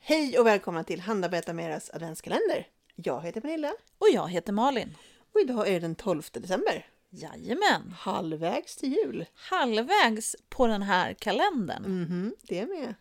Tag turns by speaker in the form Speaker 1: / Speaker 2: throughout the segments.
Speaker 1: Hej och välkomna till Handarbeta Meras adventskalender. Jag heter Pernilla
Speaker 2: Och jag heter Malin.
Speaker 1: och idag är det den 12 december.
Speaker 2: Jajamän!
Speaker 1: Halvvägs till jul. Mm,
Speaker 2: Halvvägs på den här kalendern.
Speaker 1: Mhm, det med.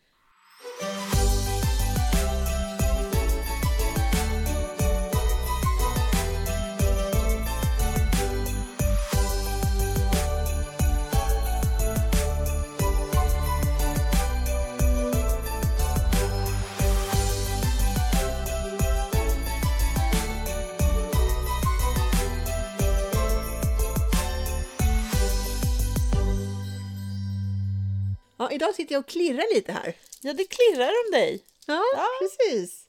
Speaker 1: Ja, idag sitter jag och klirrar lite här.
Speaker 2: Ja, det klirrar om dig.
Speaker 1: Ja, precis.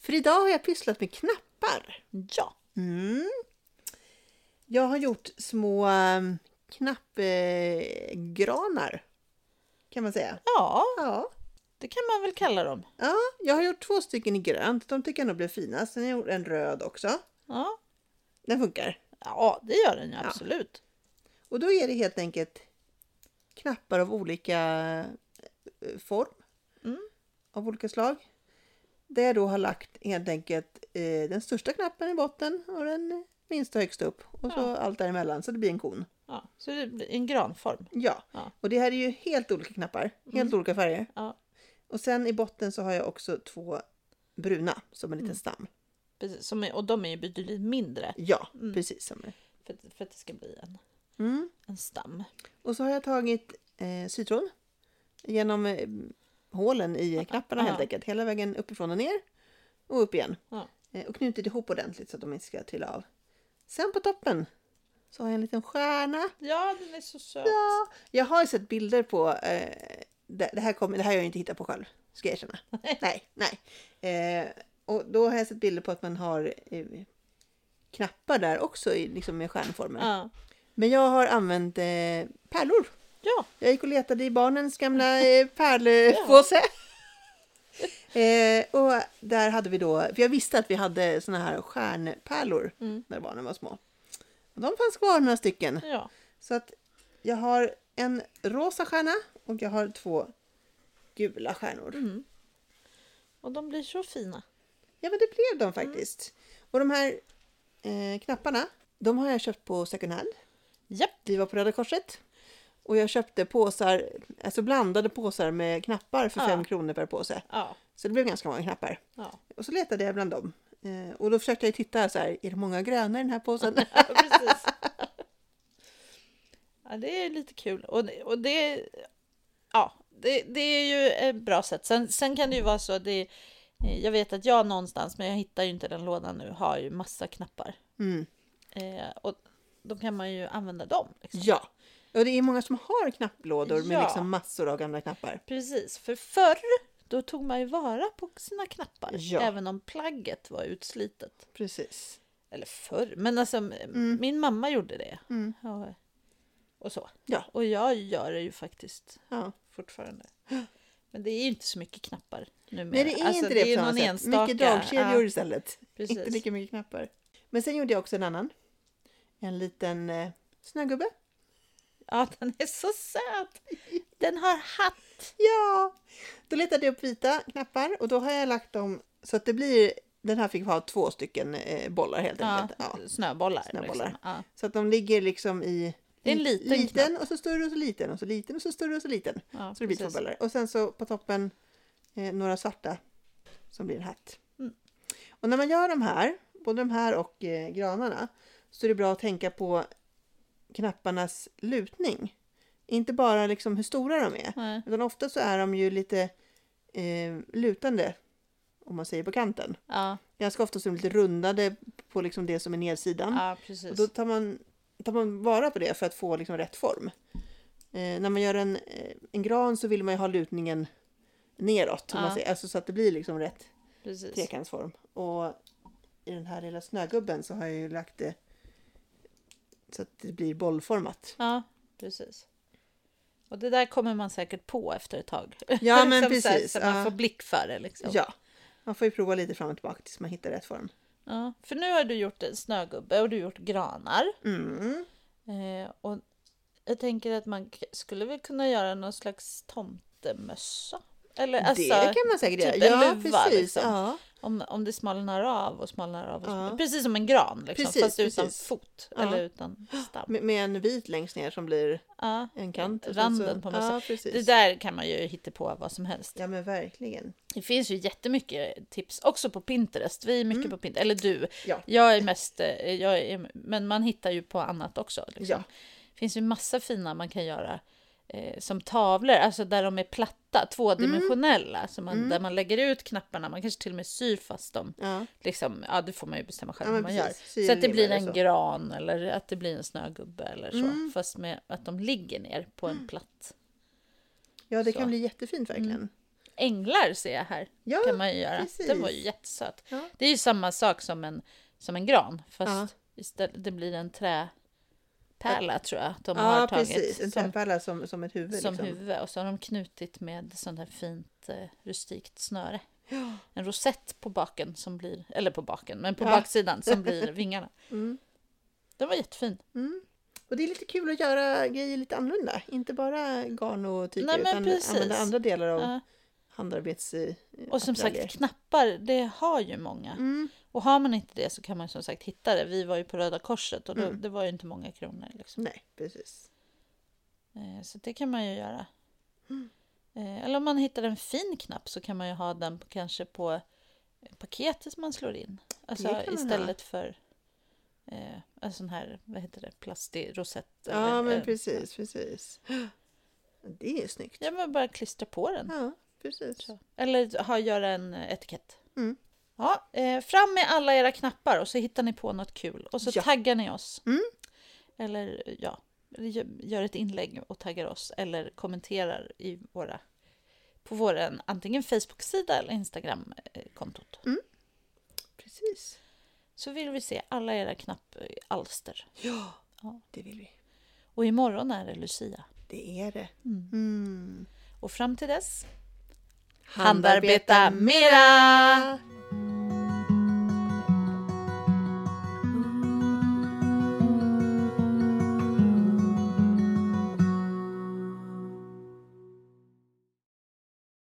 Speaker 1: För idag har jag pysslat med knappar.
Speaker 2: Ja.
Speaker 1: Mm. Jag har gjort små eh, knappgranar. Kan man säga.
Speaker 2: Ja,
Speaker 1: Ja.
Speaker 2: det kan man väl kalla dem.
Speaker 1: ja, jag har gjort två stycken i grönt. De tycker jag nog blev fina. Sen har jag gjort en röd också.
Speaker 2: Ja,
Speaker 1: Den funkar.
Speaker 2: ja det gör den ju absolut.
Speaker 1: Och då är det helt enkelt knappar av olika eh, form.
Speaker 2: Mm.
Speaker 1: Av olika slag. Där jag då har lagt helt enkelt eh, den största knappen i botten och den minsta högst upp. Och så
Speaker 2: Ja.
Speaker 1: allt däremellan så det blir en kon.
Speaker 2: Ja, så det blir en granform.
Speaker 1: Ja.
Speaker 2: Ja. Mm.
Speaker 1: Och det här är ju helt olika knappar. Helt olika färger.
Speaker 2: Ja.
Speaker 1: Och sen i botten så har jag också två bruna som
Speaker 2: Mm.
Speaker 1: en liten stam.
Speaker 2: Precis, som är, och de är ju betydligt mindre
Speaker 1: Ja,
Speaker 2: Mm.
Speaker 1: precis. Som det.
Speaker 2: för, att- för att det ska bli en,
Speaker 1: Mm.
Speaker 2: en stam.
Speaker 1: Och så har jag tagit eh, sytråd genom eh, hålen i knapparna helt
Speaker 2: Ja.
Speaker 1: enkelt. Hela vägen uppifrån och ner och upp igen.
Speaker 2: Ja.
Speaker 1: Eh, och knutit ihop ordentligt så att de inte ska trilla av. Sen på toppen så har jag en liten stjärna.
Speaker 2: Ja, den är så söt.
Speaker 1: Ja, jag har ju sett bilder på... Eh, det, det, här kom, det här har jag ju inte hittat på själv, ska jag erkänna. nej, nej. Eh, och då har jag sett bilder på att man har eh, knappar där också i, liksom med stjärnformer.
Speaker 2: Ja.
Speaker 1: Men jag har använt eh, pärlor.
Speaker 2: ja.
Speaker 1: Jag gick och letade i barnens gamla eh, pärlpåse. Eh, och där hade vi då, för jag visste att vi hade såna här stjärnpärlor
Speaker 2: Mm.
Speaker 1: när barnen var små. Och de fanns kvar några stycken.
Speaker 2: ja.
Speaker 1: Så att jag har en rosa stjärna och jag har två gula stjärnor.
Speaker 2: Mm. Och de blir så fina.
Speaker 1: Ja men det blev
Speaker 2: Mm.
Speaker 1: de faktiskt. Och de här eh, knapparna, de har jag köpt på second hand.
Speaker 2: Japp.
Speaker 1: Vi var på Röda Korset. Och jag köpte påsar, alltså blandade påsar med knappar för
Speaker 2: Ja.
Speaker 1: fem kronor per påse.
Speaker 2: Ja.
Speaker 1: Så det blev ganska många knappar.
Speaker 2: ja.
Speaker 1: Och så letade jag bland dem. Eh, och då försökte jag titta så här, är det många gröna i den här påsen?
Speaker 2: Ja, precis. Ja, det är lite kul. Och det, och det, ja, det, det är ju ett bra sätt. Sen, sen kan det ju vara så, det, eh, jag vet att jag någonstans, men jag hittar ju inte den lådan nu, har ju massa knappar.
Speaker 1: Mm.
Speaker 2: Eh, och då kan man ju använda dem. Liksom.
Speaker 1: Ja. Och det är många som har knapplådor med
Speaker 2: Ja.
Speaker 1: liksom massor av gamla knappar.
Speaker 2: Precis, för förr då tog man ju vara på sina knappar,
Speaker 1: Ja.
Speaker 2: även om plagget var utslitet.
Speaker 1: Precis.
Speaker 2: Eller förr, men alltså min mamma gjorde det.
Speaker 1: Mm.
Speaker 2: Ja, och så.
Speaker 1: Ja.
Speaker 2: Och jag gör det ju faktiskt
Speaker 1: Ja.
Speaker 2: fortfarande. Men det är ju inte så mycket knappar
Speaker 1: Nej,
Speaker 2: numera.
Speaker 1: det är
Speaker 2: Alltså,
Speaker 1: inte det,
Speaker 2: är
Speaker 1: på
Speaker 2: någon
Speaker 1: samma sätt.
Speaker 2: enstaka.
Speaker 1: Mycket dragkedjor
Speaker 2: Ja,
Speaker 1: istället.
Speaker 2: precis.
Speaker 1: Inte lika mycket knappar. Men sen gjorde jag också en annan. En liten eh, snögubbe.
Speaker 2: ja, den är så söt! Den har hatt!
Speaker 1: Ja! Då letade jag upp vita knappar och då har jag lagt dem så att det blir... Den här fick ha två stycken eh, bollar helt
Speaker 2: Ja,
Speaker 1: enkelt. Ja.
Speaker 2: Snöbollar.
Speaker 1: Snöbollar.
Speaker 2: Liksom. Ja.
Speaker 1: Så att de ligger liksom i...
Speaker 2: Det är en liten
Speaker 1: liten och så större och så liten och så liten och så större och så liten.
Speaker 2: Ja,
Speaker 1: Så det blir
Speaker 2: precis.
Speaker 1: två bollar. Och sen så på toppen eh, några svarta som blir en hatt.
Speaker 2: Mm.
Speaker 1: Och när man gör de här, både de här och eh, granarna, så är det bra att tänka på knapparnas lutning. Inte bara liksom hur stora de är.
Speaker 2: Nej.
Speaker 1: Utan ofta så är de ju lite eh, lutande, om man säger på kanten.
Speaker 2: Ja,
Speaker 1: Ganska ofta så är de lite rundade på liksom det som är nedsidan.
Speaker 2: ja,
Speaker 1: Och
Speaker 2: precis.
Speaker 1: då tar man, tar man vara på det för att få liksom rätt form. Eh, när man gör en, eh, en gran så vill man ju ha lutningen neråt, om man
Speaker 2: Ja.
Speaker 1: säger. Alltså, så att det blir liksom rätt
Speaker 2: precis.
Speaker 1: trekantsform. Och i den här lilla snögubben så har jag ju lagt det så att det blir bollformat.
Speaker 2: Ja, precis. Och det där kommer man säkert på efter ett tag.
Speaker 1: Ja, men
Speaker 2: Som Så, här,
Speaker 1: precis,
Speaker 2: så man
Speaker 1: ja.
Speaker 2: får blick för det liksom.
Speaker 1: Ja, man får ju prova lite fram och tillbaka tills man hittar rätt form.
Speaker 2: Ja, För nu har du gjort en snögubbe och du har gjort granar.
Speaker 1: Mm.
Speaker 2: Eh, och jag tänker att man k- skulle väl kunna göra någon slags tomtemössa. Eller alltså,
Speaker 1: det kan man säkert
Speaker 2: typ
Speaker 1: göra.
Speaker 2: en
Speaker 1: Ja,
Speaker 2: luva,
Speaker 1: precis.
Speaker 2: liksom.
Speaker 1: Ja.
Speaker 2: om, om det smalnar av och smalnar av. Och
Speaker 1: Ja.
Speaker 2: smalnar. Precis som en gran, liksom,
Speaker 1: Precis,
Speaker 2: fast utan
Speaker 1: precis.
Speaker 2: fot
Speaker 1: Ja.
Speaker 2: eller utan stam.
Speaker 1: Med, med en vit längst ner som blir
Speaker 2: Ja.
Speaker 1: en kant. och sen
Speaker 2: Randen
Speaker 1: så,
Speaker 2: på mössan.
Speaker 1: Ja, precis.
Speaker 2: Det där kan man ju hitta på vad som helst.
Speaker 1: Ja, men verkligen.
Speaker 2: Det finns ju jättemycket tips också på Pinterest. Vi är mycket
Speaker 1: Mm.
Speaker 2: på Pinterest, eller du.
Speaker 1: Ja.
Speaker 2: Jag är mest, eh, jag är, men man hittar ju på annat också. Liksom.
Speaker 1: Ja.
Speaker 2: Det finns ju massa fina man kan göra eh, som tavlor, alltså där de är platta, tvådimensionella.
Speaker 1: Mm.
Speaker 2: Så man, Där man lägger ut knapparna, man kanske till och med syr fast dem.
Speaker 1: Ja.
Speaker 2: Liksom, ja, det får man ju bestämma själv
Speaker 1: Ja,
Speaker 2: vad
Speaker 1: men
Speaker 2: man
Speaker 1: precis.
Speaker 2: gör.
Speaker 1: Syr
Speaker 2: Så att det
Speaker 1: lim
Speaker 2: blir
Speaker 1: eller
Speaker 2: en
Speaker 1: så.
Speaker 2: gran eller att det blir en snögubbe eller så.
Speaker 1: Mm.
Speaker 2: Fast med att de ligger ner på en platt.
Speaker 1: ja, det
Speaker 2: Så.
Speaker 1: kan bli jättefint verkligen.
Speaker 2: Änglar ser jag här.
Speaker 1: Ja,
Speaker 2: kan man ju göra. Den var ju
Speaker 1: precis.
Speaker 2: jättesöt.
Speaker 1: Ja.
Speaker 2: Det är ju samma sak som en, som en gran. Fast
Speaker 1: Ja.
Speaker 2: istället, det blir en träpärla tror jag. De har
Speaker 1: ja
Speaker 2: tagit
Speaker 1: precis. En
Speaker 2: som,
Speaker 1: träpärla som, som ett huvud.
Speaker 2: som
Speaker 1: liksom.
Speaker 2: huvud. Och så har de knutit med sånt här fint eh, rustikt snöre.
Speaker 1: Ja.
Speaker 2: En rosett på baken som blir, eller på baken, men på
Speaker 1: Ja.
Speaker 2: baksidan som blir vingarna.
Speaker 1: Mm.
Speaker 2: Den var jättefin.
Speaker 1: Och det är lite kul att göra grejer lite annorlunda. Inte bara garn och tyger
Speaker 2: Nej, men
Speaker 1: utan
Speaker 2: precis.
Speaker 1: använda andra delar av
Speaker 2: Ja.
Speaker 1: handarbets...
Speaker 2: Och som
Speaker 1: attiraljer.
Speaker 2: sagt, knappar, det har ju många.
Speaker 1: Mm.
Speaker 2: Och har man inte det så kan man ju som sagt hitta det. Vi var ju på Röda Korset och då,
Speaker 1: Mm.
Speaker 2: det var ju inte många kronor. Liksom.
Speaker 1: Nej, precis.
Speaker 2: Eh, Så det kan man ju göra.
Speaker 1: Mm.
Speaker 2: Eh, Eller om man hittar en fin knapp så kan man ju ha den på, kanske på eh, paketet som man slår in.
Speaker 1: Det
Speaker 2: Alltså
Speaker 1: kan man
Speaker 2: istället för eh, en sån här, vad heter det, plastig rosett.
Speaker 1: Ja,
Speaker 2: eller,
Speaker 1: men
Speaker 2: eh,
Speaker 1: precis, precis. Det är snyggt.
Speaker 2: Ja, men bara klistra på den.
Speaker 1: Ja, precis.
Speaker 2: Så. Eller ha, göra en eh, etikett.
Speaker 1: Mm.
Speaker 2: Ja, eh, fram med alla era knappar och så hittar ni på något kul och så
Speaker 1: Ja.
Speaker 2: taggar ni oss.
Speaker 1: Mm.
Speaker 2: Eller ja, eller gö- gör ett inlägg och taggar oss eller kommenterar i våra, på vår antingen Facebook-sida eller Instagram-kontot.
Speaker 1: Precis.
Speaker 2: Så vill vi se alla era knappalster.
Speaker 1: Ja,
Speaker 2: Ja.
Speaker 1: det vill vi.
Speaker 2: Och imorgon är det Lucia.
Speaker 1: Det är det.
Speaker 2: Mm.
Speaker 1: Mm.
Speaker 2: Och fram till dess,
Speaker 1: Handarbeta mera!